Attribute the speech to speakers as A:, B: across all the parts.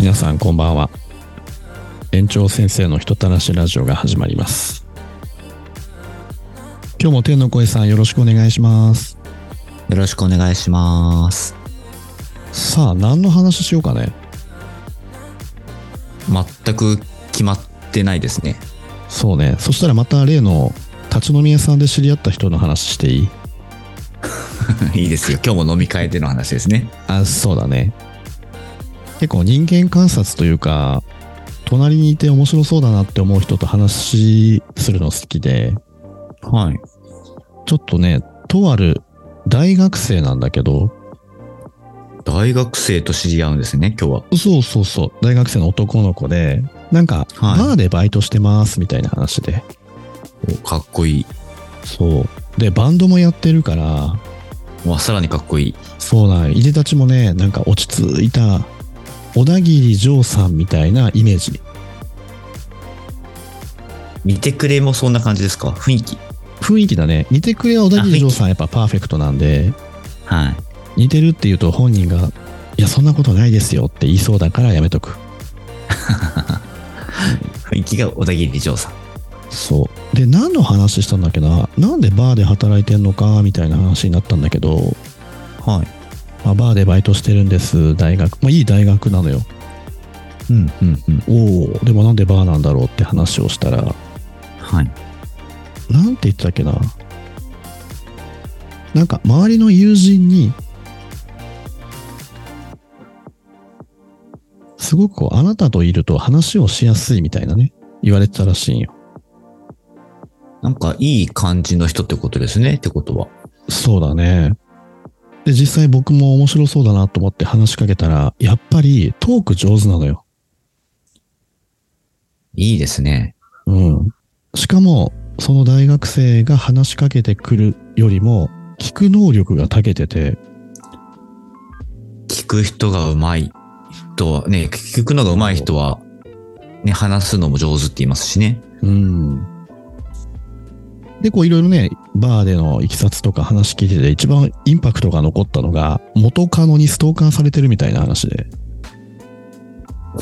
A: 皆さんこんばんは園長先生の人たらしラジオが始まります今日も天の声さんよろしくお願いします
B: よろしくお願いします。
A: さあ何の話しようかね
B: 全く決まってないですね。
A: そうねそしたらまた例の立ち飲み屋さんで知り合った人の話していい
B: いいですよ。 今日も飲み会での話ですね。
A: あそうだね結構人間観察というか隣にいて面白そうだなって思う人と話するの好きで
B: はい。
A: ちょっとねとある大学生なんだけど
B: 大学生と知り合うんですね、今日は。
A: そうそうそう大学生の男の子でなんか
B: はい
A: バーでバイトしてますみたいな話で、
B: おかっこいい。
A: そうでバンドもやってるから
B: わ、さらにかっこいい。
A: そうなんいでたちもねなんか落ち着いた小田切丈さんみたいなイメージ
B: 見てくれもそんな感じですか雰囲気。
A: 雰囲気だね似てくれは小田切丈さんやっぱパーフェクトなんで
B: はい。
A: 似てるって言うと本人が「いやそんなことないですよ」って言いそうだからやめとく
B: 雰囲気が小田切丈さん。
A: そうで何の話したんだっけななんでバーで働いてんのかみたいな話になったんだけど、
B: はい。
A: まあ、バーでバイトしてるんです大学まあいい大学なのよ
B: うん、うん、うん。
A: おおでもなんでバーなんだろうって話をしたら
B: はい。
A: なんて言ってたっけななんか周りの友人にすごくこうあなたといると話をしやすいみたいなね言われてたらしいんよ
B: なんかいい感じの人ってことですね、ってことは。
A: そうだねで実際僕も面白そうだなと思って話しかけたらやっぱりトーク上手なのよ
B: いいですね。
A: うんしかもその大学生が話しかけてくるよりも聞く能力が長けてて
B: 聞く人がうまい人は、ね、聞くのがうまい人は、ね、話すのも上手って言いますしね。
A: うん。で、こういろいろね、バーでのいきさつとか話聞いてて、一番インパクトが残ったのが、元カノにストーカーされてるみたいな話で。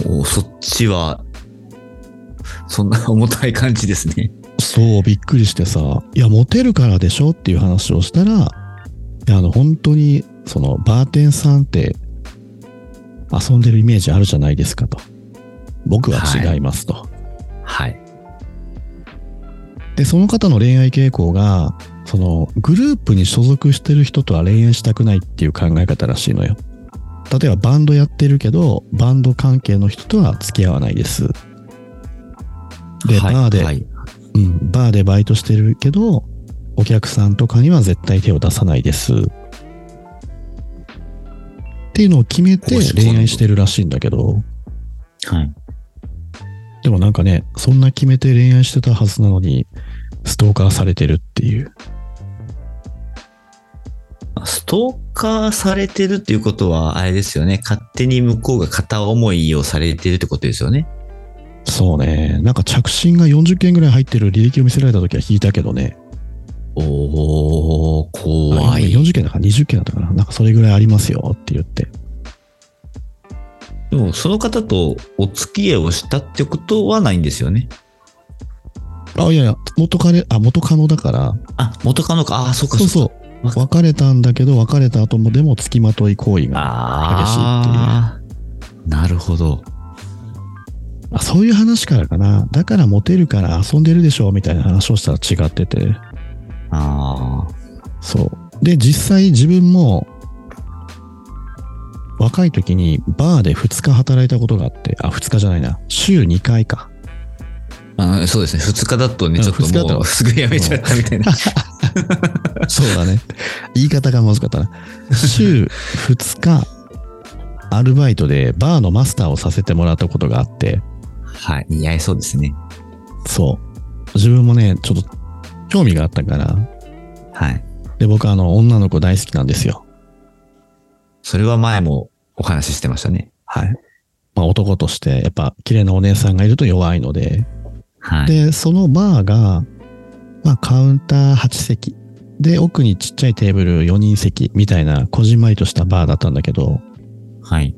B: おそっちは、そんな重たい感じですね。
A: そう、びっくりしてさ、いや、モテるからでしょっていう話をしたら、いやあの、本当に、その、バーテンさんって、遊んでるイメージあるじゃないですかと。僕は違いますと。
B: はい。
A: で、その方の恋愛傾向が、その、グループに所属してる人とは恋愛したくないっていう考え方らしいのよ。例えばバンドやってるけど、バンド関係の人とは付き合わないです。で、
B: はい、
A: バーで、
B: はい。
A: うん、バーでバイトしてるけど、お客さんとかには絶対手を出さないです。っていうのを決めて
B: こうし
A: 恋愛してるらしいんだけど、
B: はい。
A: でもなんかね、そんな決めて恋愛してたはずなのに、ストーカーされてるっていう。
B: ストーカーされてるっていうことは、あれですよね。勝手に向こうが片思いをされてるってことですよね。
A: そうね。なんか着信が40件ぐらい入ってる履歴を見せられた時は引いたけどね。
B: おー、
A: あ
B: 怖い。
A: 40件だから20件だったかな。なんかそれぐらいありますよって言って。
B: でも、その方とお付き合いをしたってことはないんですよね。
A: あ、いやいや、元カレ、あ、元カノだから。
B: あ、元カノか。あー、そうか
A: そう
B: うか。
A: そう。別れたんだけど、別れた後もでも付きまとい行為が。
B: あー、なるほど。
A: あそういう話からかな。だからモテるから遊んでるでしょみたいな話をしたら違ってて。
B: あ
A: そう。で、実際自分も、若い時にバーで2日働いたことがあって、あ、2日じゃないな。週2回か。
B: ーあ。そうですね。二日だと
A: う
B: ね、
A: ん
B: ちょっと
A: 二日だ
B: も
A: と
B: う、すぐやめちゃったみたいな。
A: そうだね。言い方がまずかったな。週2日、アルバイトでバーのマスターをさせてもらったことがあって、
B: はい。似合いそうですね。
A: そう。自分もね、ちょっと興味があったから、
B: はい。
A: で、僕あの、女の子大好きなんですよ。
B: それは前もお話ししてましたね。
A: はい。まあ男として、やっぱ綺麗なお姉さんがいると弱いので、
B: はい。
A: で、そのバーが、まあカウンター8席、で、奥にちっちゃいテーブル4人席みたいな、こじんまりとしたバーだったんだけど、
B: はい。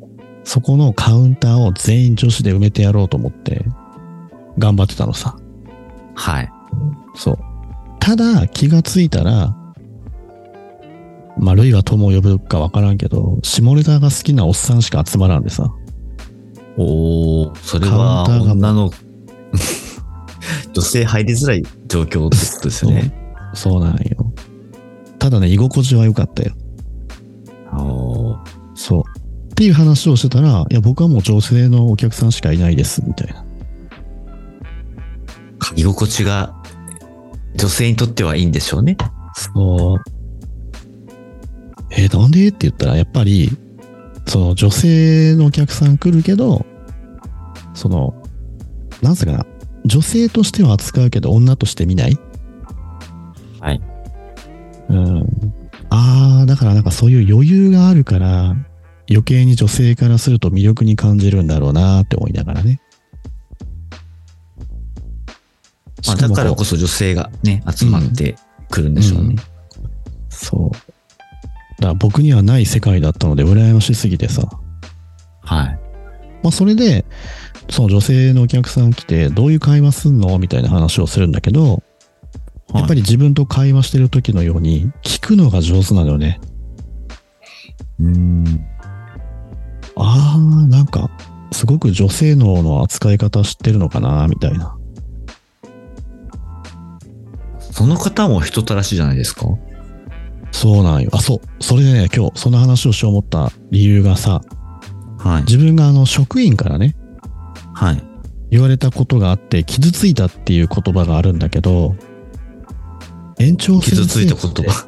A: そこのカウンターを全員女子で埋めてやろうと思って、頑張ってたのさ。
B: はい。
A: そう。ただ、気がついたら、まあ、ルイは友を呼ぶかわからんけど、下ネタが好きなおっさんしか集まらんでさ。
B: おお、それ
A: カウン
B: は
A: ターが
B: 女の 女性入りづらい状況ってことですよね。
A: そうなんよ。ただね、居心地は良かったよ。
B: おー
A: そう。っていう話をしてたら、いや、僕はもう女性のお客さんしかいないです、みたいな。
B: 居心地が女性にとってはいいんでしょうね。
A: そう。えーなんでって言ったら、やっぱり、その女性のお客さん来るけど、その、なんすかな、女性としては扱うけど、女として見ない
B: はい。
A: うん。あー、だからなんかそういう余裕があるから、余計に女性からすると魅力に感じるんだろうなって思いながらね。
B: まあ、だからこそ女性がね、集まってくるんでしょうね。
A: うんそう。だから僕にはない世界だったので、羨ましすぎてさ。
B: はい。
A: まあ、それで、その女性のお客さん来て、どういう会話すんのみたいな話をするんだけど、やっぱ
B: り。
A: り自分と会話してる時のように、聞くのが上手なのよね。
B: うん。
A: あー、なんか、すごく女性脳の扱い方知ってるのかなみたいな。
B: その方も人たらしじゃないですか
A: そうなんよ。あ、そう。それでね、今日、その話をしよう思った理由がさ、
B: はい。
A: 自分があの、職員からね、
B: はい。
A: 言われたことがあって傷ついたっていう言葉があるんだけど園長先生
B: 傷ついた
A: って
B: 言葉。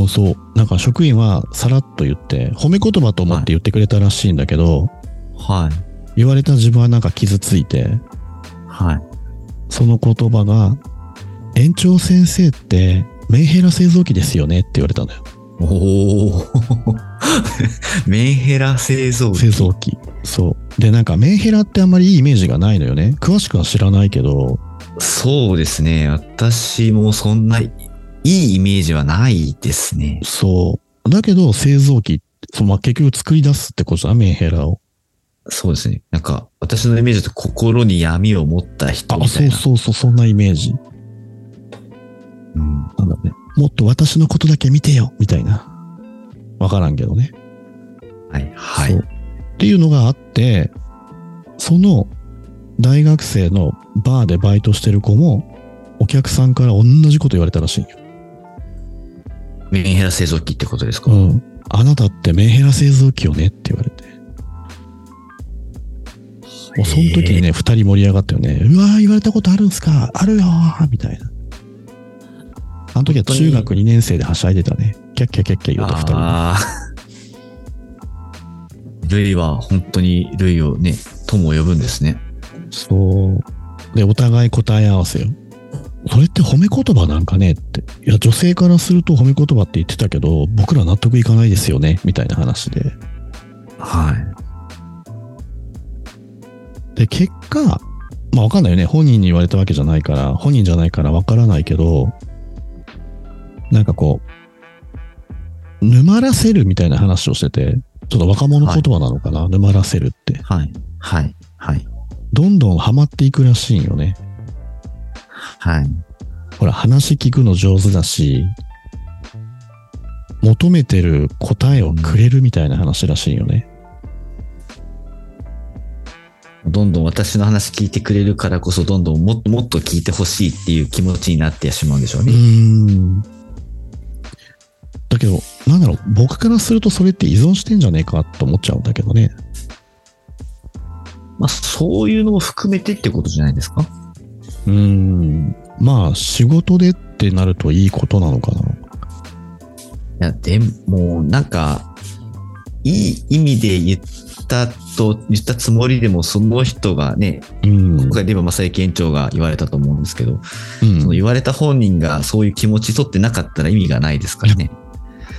A: うんそうなんか職員はさらっと言って褒め言葉と思って言ってくれたらしいんだけど、
B: はい。
A: 言われた自分はなんか傷ついて
B: はい。
A: その言葉が「園長先生ってメンヘラ製造機ですよね」って言われたのよ
B: おお。 メンヘラ製造機。
A: 製造機そうでなんかメンヘラってあんまりいいイメージがないのよね詳しくは知らないけど
B: そうですね。私もそんないいイメージはないですね。
A: そうだけど製造機そう、まあ、結局作り出すってことだメンヘラを
B: そうですね。なんか、私のイメージだと心に闇を持った人
A: あ、
B: みた
A: そ
B: いうな。
A: そうそう、そんなイメージ。
B: うん
A: なんだろうね。もっと私のことだけ見てよ、みたいな。わからんけどね。
B: はい。は
A: そ。
B: いう
A: っていうのがあって、その大学生のバーでバイトしてる子も、お客さんから同じこと言われたらしいよ。
B: メンヘラ製造機ってことですか、
A: うん。あなたってメンヘラ製造機よねって言われて。もうその時にね、二人盛り上がったよね。うわー、言われたことあるんすかあるよーみたいな。あの時は中学2年生ではしゃいでたね。キャッキャキャッキャ言うと二人で。
B: あ ールイは本当にルイをね、友を呼ぶんですね。
A: そう。で、お互い答え合わせよ。それって褒め言葉なんかねって。いや、女性からすると褒め言葉って言ってたけど、僕ら納得いかないですよねみたいな話で。
B: はい。
A: で、結果、まあわかんないよね。本人に言われたわけじゃないから、本人じゃないからわからないけど、なんかこう、沼らせるみたいな話をしてて、ちょっと若者言葉なのかな、沼らせるって。
B: はい。はい。はい。
A: どんどんハマっていくらしいんよね。
B: はい。
A: ほら、話聞くの上手だし、求めてる答えをくれるみたいな話らしいよね。
B: どんどん私の話聞いてくれるからこそ、どんどんもっともっと聞いてほしいっていう気持ちになってしまうんでしょう
A: う
B: ね。
A: ーん。だけど、なんだろう、僕からするとそれって依存してんじゃねえかと思っちゃうんだけどね。
B: まあ、そういうのも含めてってことじゃないですか
A: うーん。まあ、仕事でってなるといいことなのかな。
B: いや、でも、なんか、いい意味で言ったと、言ったつもりでも、その人がね、
A: うん。
B: 今回でも正幸園長が言われたと思うんですけど、
A: うん
B: その言われた本人がそういう気持ち取ってなかったら意味がないですからね。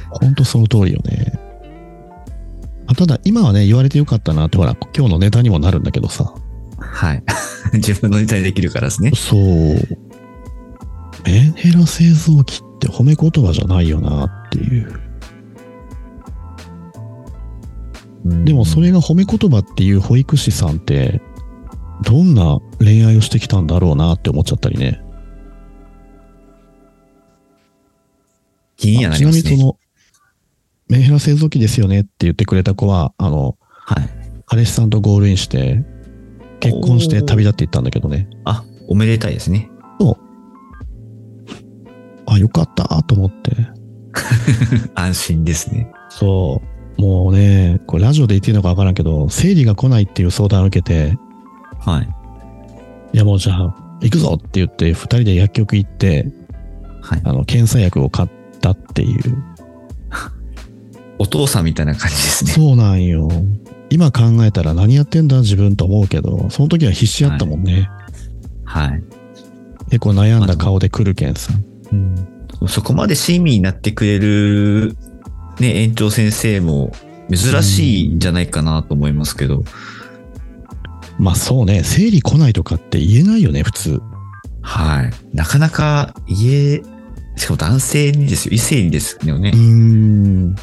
A: 本当その通りよね。あただ、今はね、言われてよかったなって、ほら、今日のネタにもなるんだけどさ。
B: はい。 自分のネタにできるからですね。
A: そう。メンヘラ製造機って褒め言葉じゃないよなっていう。
B: うん
A: でもそれが褒め言葉っていう保育士さんって、どんな恋愛をしてきたんだろうなって思っちゃったりね。
B: 気にはな
A: ちな
B: りま
A: み
B: す
A: にそ
B: ね。
A: の、メンヘラ製造機ですよねって言ってくれた子は、あの、
B: はい。
A: 彼氏さんとゴールインして、結婚して旅立っていったんだけどね。
B: あ、おめでたいですね。
A: あ、よかったと思って。
B: 安心ですね。
A: そう。もうね、これラジオで言っていいのかわからんけど、生理が来ないっていう相談を受けて、
B: はい。
A: いやもうじゃあ、行くぞって言って、二人で薬局行って、
B: はい。
A: あの、検査薬を買ったっていう。
B: お父さんみたいな感じですね。
A: そうなんよ。今考えたら何やってんだ自分と思うけど、その時は必死やったもんね。
B: はい。
A: 結構悩んだ顔で来るけんさ。
B: そこまで親身になってくれる、ね、園長先生も珍しいんじゃないかなと思いますけど。
A: まあそうね、生理来ないとかって言えないよね、普通。
B: はい。なかなか家、しかも男性にですよ。異性にですよね
A: うー。ん。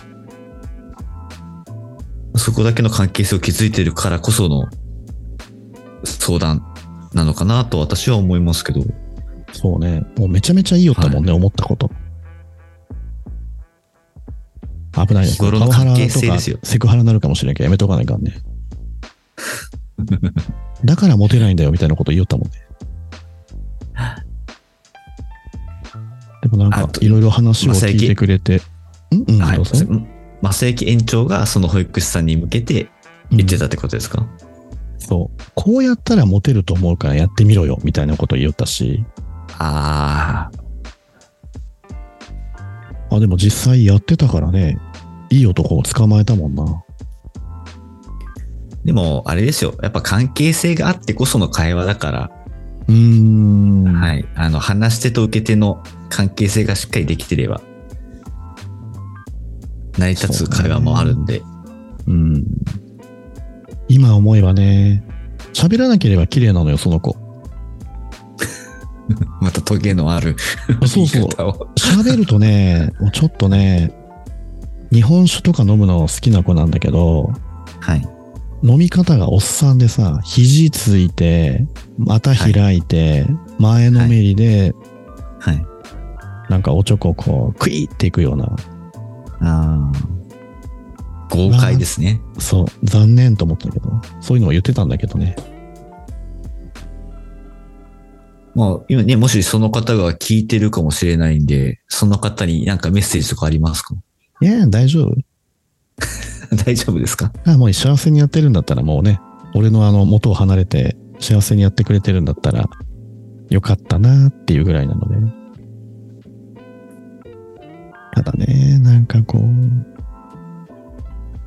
B: そこだけの関係性を築いてるからこその相談なのかなと私は思いますけど。
A: そうね。もうめちゃめちゃいいよったもんね、思ったこと。危ないね。
B: 日頃の
A: パワハラ
B: 関係
A: と
B: 性
A: か
B: ですよ
A: セクハラになるかもしれんけど、やめとかないかんね。 だからモテないんだよ、みたいなこと言いよったもんね。でもなん
B: あ
A: か、
B: と
A: いろいろ話を
B: まあ最
A: 聞い
B: 近
A: てくれて、うんうん、
B: はい
A: どうぞ。。
B: マセキ園長がその保育士さんに向けて言ってたってことですか、
A: うんそう。こうやったらモテると思うからやってみろよ、みたいなこと言いよったし、
B: ああ、
A: あ、でも実際やってたからね、いい男を捕まえたもんな。
B: でもあれですよ。やっぱ関係性があってこその会話だから、
A: うーん。
B: はい。あの、話し手と受け手の関係性がしっかりできてれば、成り立つ会話もあるんで。
A: うん。今思えばね、喋らなければ綺麗なのよ、その子。
B: またトゲのあ る
A: そうそう
B: 言い方を
A: 喋ると ね、もうちょっとね、日本酒とか飲むの好きな子なんだけど、
B: はい。
A: 飲み方がおっさんでさ、肘ついて、また開いて、前のめりで、
B: はい。
A: なんかおちょここう、クイっていくような、
B: ああ。豪快ですね。
A: そう、残念と思ったけど、そういうのを言ってたんだけどね。
B: まあ、今ね、もしその方が聞いてるかもしれないんで、その方になんかメッセージとかありますか
A: いや、大丈夫。
B: 大丈夫ですか
A: あもう幸せにやってるんだったらもうね、俺のあの元を離れて幸せにやってくれてるんだったらよかったなっていうぐらいなので。ただね、なんかこう、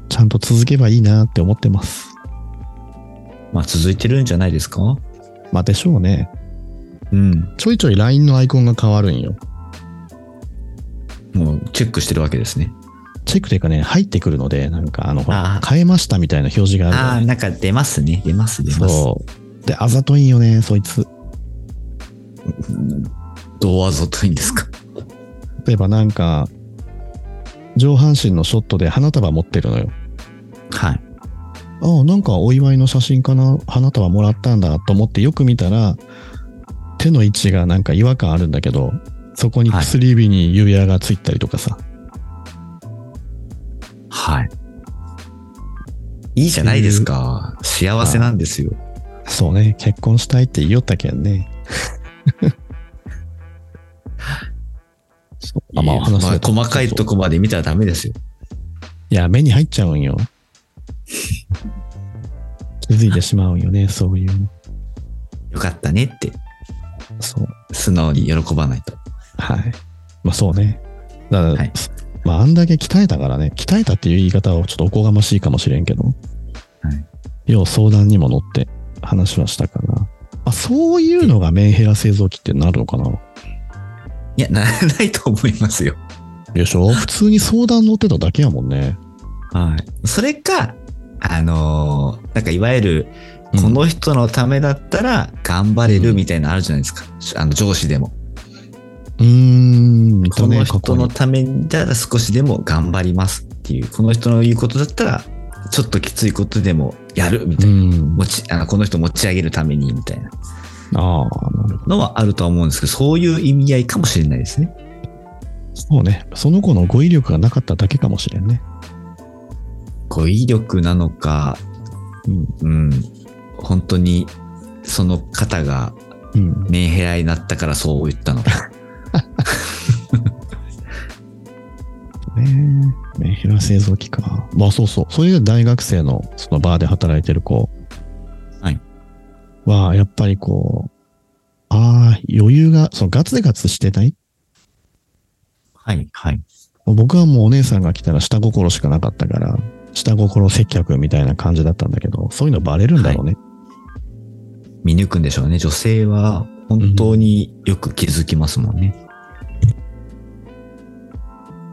A: ちゃんと続けばいいなって思ってます。
B: まあ、続いてるんじゃないですか
A: まあでしょうね。
B: うん。
A: ちょいちょい LINE のアイコンが変わるんよ。
B: もう、チェックしてるわけですね。
A: チェックというかね、入ってくるので、なんかあの、ほら
B: あー
A: 変えましたみたいな表示がある
B: あ
A: の
B: あ、
A: ね、
B: なんか出ますね。出ます、出ます。
A: そう。で、あざといんよね、そいつ。
B: どうあぞといいんですか
A: 例えばなんか、上半身のショットで花束持ってるのよ。
B: はい。
A: ああ、なんかお祝いの写真かな花束もらったんだと思ってよく見たら、手の位置がなんか違和感あるんだけど、そこに
B: はい
A: 薬指に指輪がついたりとかさ。
B: はい。いいじゃないですか。幸せなんですよ。
A: そうね、結婚したいって言いよったけん ね。そうあまあ、話
B: ま
A: せ
B: あ
A: た
B: 細かいとこまで見たらダメですよ。
A: いや、目に入っちゃ うんよ。気づいてしまうんよね、そういうの。
B: よかったねって、
A: そう。
B: 素直に喜ばないと。
A: はい。まあそうね。だから、
B: はい
A: まああんだけ鍛えたからね、鍛えたっていう言い方はちょっとおこがましいかもしれんけど、
B: はい
A: 要相談にも乗って話はしたかな。あ、そういうのがメンヘラ製造機ってなるのかない
B: や、な らないと思いますよ。
A: でし ょ普通に相談乗ってただけやもんね。
B: はい。それか、あのーなんかいわゆる、こ
A: うん
B: の人のためだったら頑張れるみたいなのあるじゃないですか。あの上司でも。
A: うーん、いた
B: こ
A: ね
B: の
A: 過去
B: 人
A: に
B: のためだったら少しでも頑張りますっていう。この人の言うことだったらちょっときついことでもやるみた
A: う
B: いな。
A: ん。
B: 持ちあのこの人持ち上げるためにみたいな
A: ああ、なるほど。
B: のはあるとは思うんですけど、そういう意味合いかもしれないですね。
A: そうね。その子の語彙力がなかっただけかもしれんね。
B: 語彙力なのか、
A: うん。
B: うん、本当にその方が
A: うん。
B: メンヘラになったからそう言ったのか。
A: ねえ。メンヘラ製造機か。まあそうそう。それで大学生のそのバーで働いてる子
B: はい
A: は、やっぱりこう、ああ、余裕が、そのガツガツしてない
B: はい、はい。
A: 僕はもうお姉さんが来たら下心しかなかったから、下心接客みたいな感じだったんだけど、そういうのバレるんだろうね。
B: 見抜くんでしょうね。女性は本当によく気づきますもんね。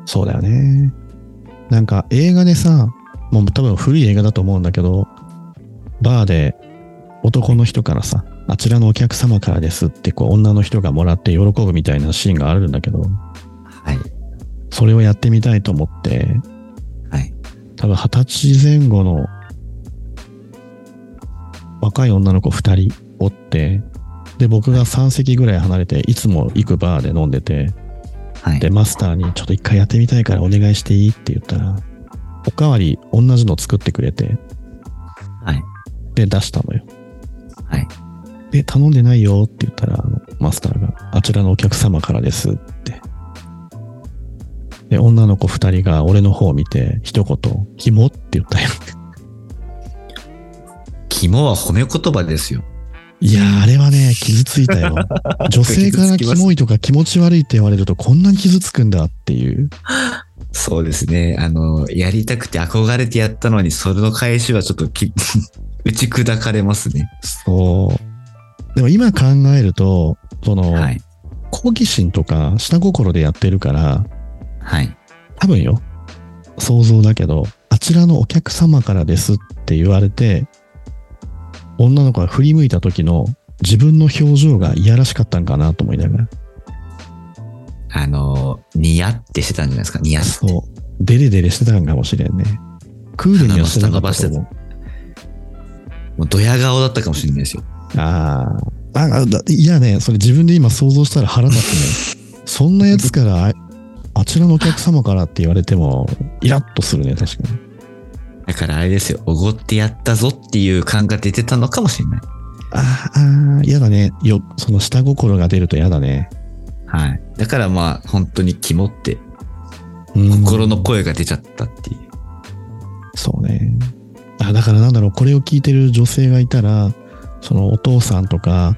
A: そうだよね。なんか映画でさ、もう多分古い映画だと思うんだけど、バーで男の人からさ、あちらのお客様からですってこう女の人がもらって喜ぶみたいなシーンがあるんだけど、
B: はい、
A: それをやってみたいと思って、
B: はい。
A: 多分二十歳前後の若い女の子二人おって、で、僕が3席ぐらい離れて、いつも行くバーで飲んでて、
B: はい。
A: で、マスターにちょっと一回やってみたいからお願いしていいって言ったら、おかわり同じの作ってくれて、
B: はい。
A: で、出したのよ。
B: はい。
A: で、頼んでないよって言ったら、あの、マスターが、あちらのお客様からですって。で、女の子二人が俺の方を見て、一言、キモって言ったよ。
B: 肝は褒め言葉ですよ。
A: いやー、あれはね、傷ついた よ。女性からキモいとか気持ち悪いって言われるとこんなに傷つくんだっていう。
B: そうですね。あの、やりたくて憧れてやったのに、それの返しはちょっとき 打ち砕かれますね。
A: そう。でも今考えると、その、
B: はい。
A: 好奇心とか下心でやってるから、
B: はい。
A: 多分よ、想像だけど、あちらのお客様からですって言われて、女の子が振り向いた時の自分の表情がいやらしかったんかなと思いながら。
B: あの、ニヤってしてたんじゃないですか。ニヤって。
A: そう。デレデレしてたんかもしれんね。クールにはしてなかったと思う。
B: もうドヤ顔だったかもしれないですよ。
A: ああ。ああだいやね、それ自分で今想像したら腹立つね。そんなやつからあ、あちらのお客様からって言われても、イラッとするね、確かに。
B: だからあれですよ。おごってやったぞっていう感が出てたのかもしれない。
A: あーあー、嫌だね。よ、その下心が出ると嫌だね。
B: はい。だからまあ、本当に肝って、
A: うん
B: 心の声が出ちゃったっていう。
A: そうね。あ、だからなんだろう、これを聞いてる女性がいたら、そのお父さんとか、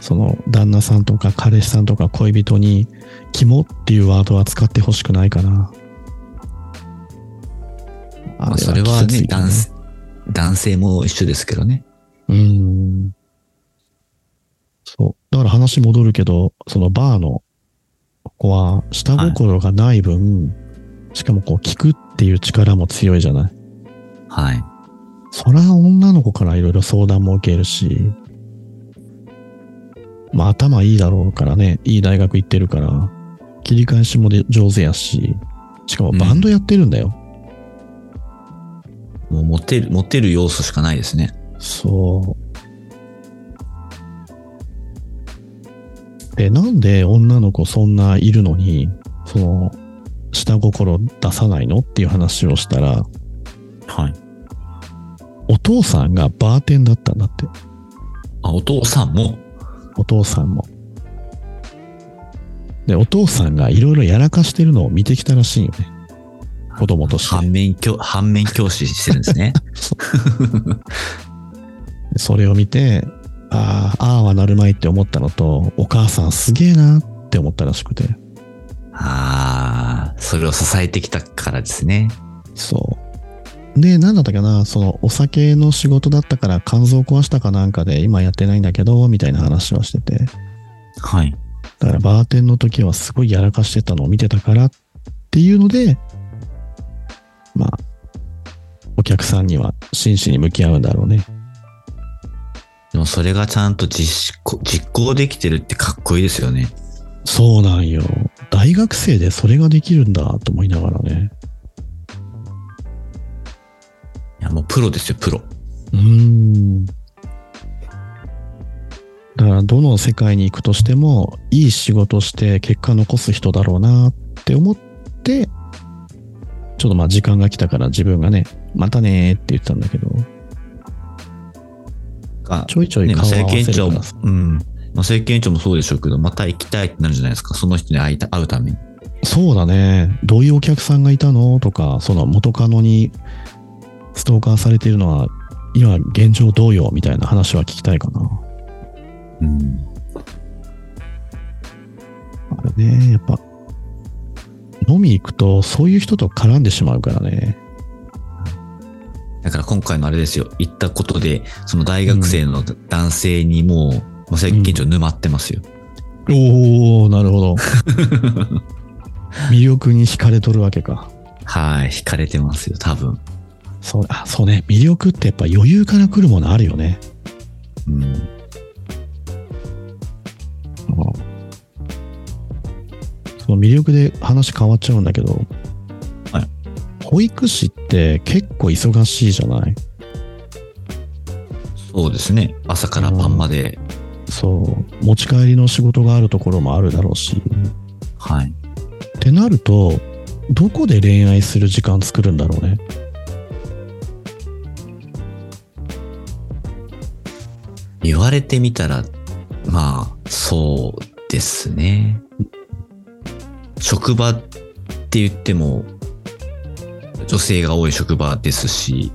A: その旦那さんとか彼氏さんとか恋人に、肝っていうワードは使ってほしくないかな。
B: まあ、それはね、男性、男性も一緒ですけどね。
A: うん。そう。だから話戻るけど、そのバーの子は下心がない分、しかもこう聞くっていう力も強いじゃない。
B: はい。
A: そら女の子からいろいろ相談も受けるし、まあ頭いいだろうからね、いい大学行ってるから、切り返しもで上手やし、しかもバンドやってるんだよ。
B: もうモテる、モテる要素しかないですね。
A: そう。で、なんで女の子そんないるのに、その、下心出さないのっていう話をしたら、
B: はい。
A: お父さんがバーテンだったんだって。
B: あ、お父さんも。
A: お父さんも。で、お父さんがいろいろやらかしてるのを見てきたらしいよね。子供として。
B: 反面教、反面教師してるんです ね。
A: それを見て、ああ、ああはなるまいって思ったのと、お母さんすげえなって思ったらしくて。
B: ああ、それを支えてきたからですね。
A: そう。で、なんだったかな、そのお酒の仕事だったから肝臓壊したかなんかで今やってないんだけど、みたいな話はしてて。
B: はい。
A: だからバーテンの時はすごいやらかしてたのを見てたからっていうので、まあ、お客さんには真摯に向き合うんだろうね。
B: でもそれがちゃんと実行、実行できてるってかっこいいですよね。
A: そうなんよ。大学生でそれができるんだと思いながらね。
B: いやや、もうプロですよ、プロ。
A: うーん。だから、どの世界に行くとしても、いい仕事して結果残す人だろうなって思って、ちょっとまあ時間が来たから自分がね、またねーって言ってたんだけど、
B: が
A: ちょいちょい
B: ね、まあ
A: 顔を合
B: 政
A: わ
B: 権
A: せるか
B: 委長
A: ら、
B: もうん。まあ、政権委長もそうでしょうけど、また行きたいってなるじゃないですか。その人に会いた会うために。
A: そうだね。どういうお客さんがいたのとか、その元カノにストーカーされているのは、今現状どうよみたいな話は聞きたいかな。
B: うん。
A: あれね、やっぱ、飲み行くとそういう人と絡んでしまうからね。
B: だから今回のあれですよ。行ったことで、その大学生の男性にもう、もう政権委長沼ってますよ。
A: おおなるほど。 魅力に惹かれとるわけか。
B: はい。惹かれてますよ、多分。
A: そう、あ、そうね。魅力ってやっぱ余裕から来るものあるよね。
B: うん。
A: その魅力で話変わっちゃうんだけど、
B: はい
A: 保育士って結構忙しいじゃない
B: そうですね。朝から晩まで。
A: そう持ち帰りの仕事があるところもあるだろうし
B: はい。
A: ってなるとどこで恋愛する時間作るんだろうね
B: 言われてみたら、まあ、そうですね。職場って言っても、女性が多い職場ですし、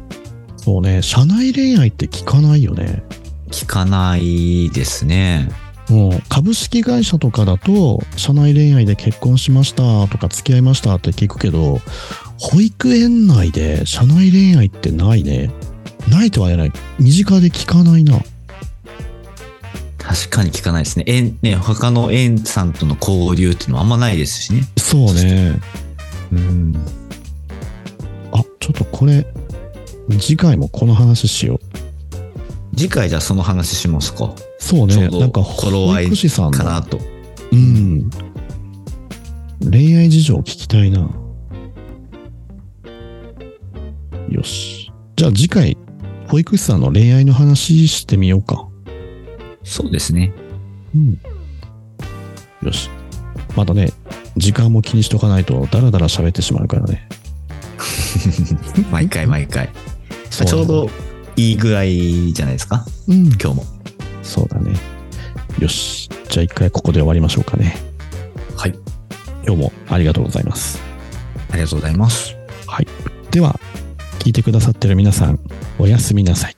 A: そうね社内恋愛って聞かないよね
B: 聞かないですね。
A: もう株式会社とかだと社内恋愛で結婚しましたとか付き合いましたって聞くけど保育園内で社内恋愛ってないねないとは言えない身近で聞かないな
B: 確かに聞かないですね。園、ね、他の園さんとの交流っていうのはあんまないですしね。
A: そうね
B: うん。
A: あちょっとこれ次回もこの話しよう
B: 次回じゃあその話しますか。
A: そう
B: ちょ
A: ね
B: うど
A: なんか
B: 頃
A: 保
B: 合い
A: 育士さん
B: か
A: の
B: なと。
A: うん。恋愛事情聞きたいな。よし。じゃあ次回、保育士さんの恋愛の話してみようか。
B: そうですね。
A: うん。よし。またね、時間も気にしとかないと、ダラダラ喋ってしまうからね。
B: 毎回毎回。
A: そう
B: ちょうどいい具合じゃないですか。
A: うん。
B: 今日も。
A: そうだね。よし。じゃあ一回ここで終わりましょうかね。
B: はい。
A: 今日もありがとうございます。
B: ありがとうございます。
A: では、聞いてくださってる皆さん、おやすみなさい。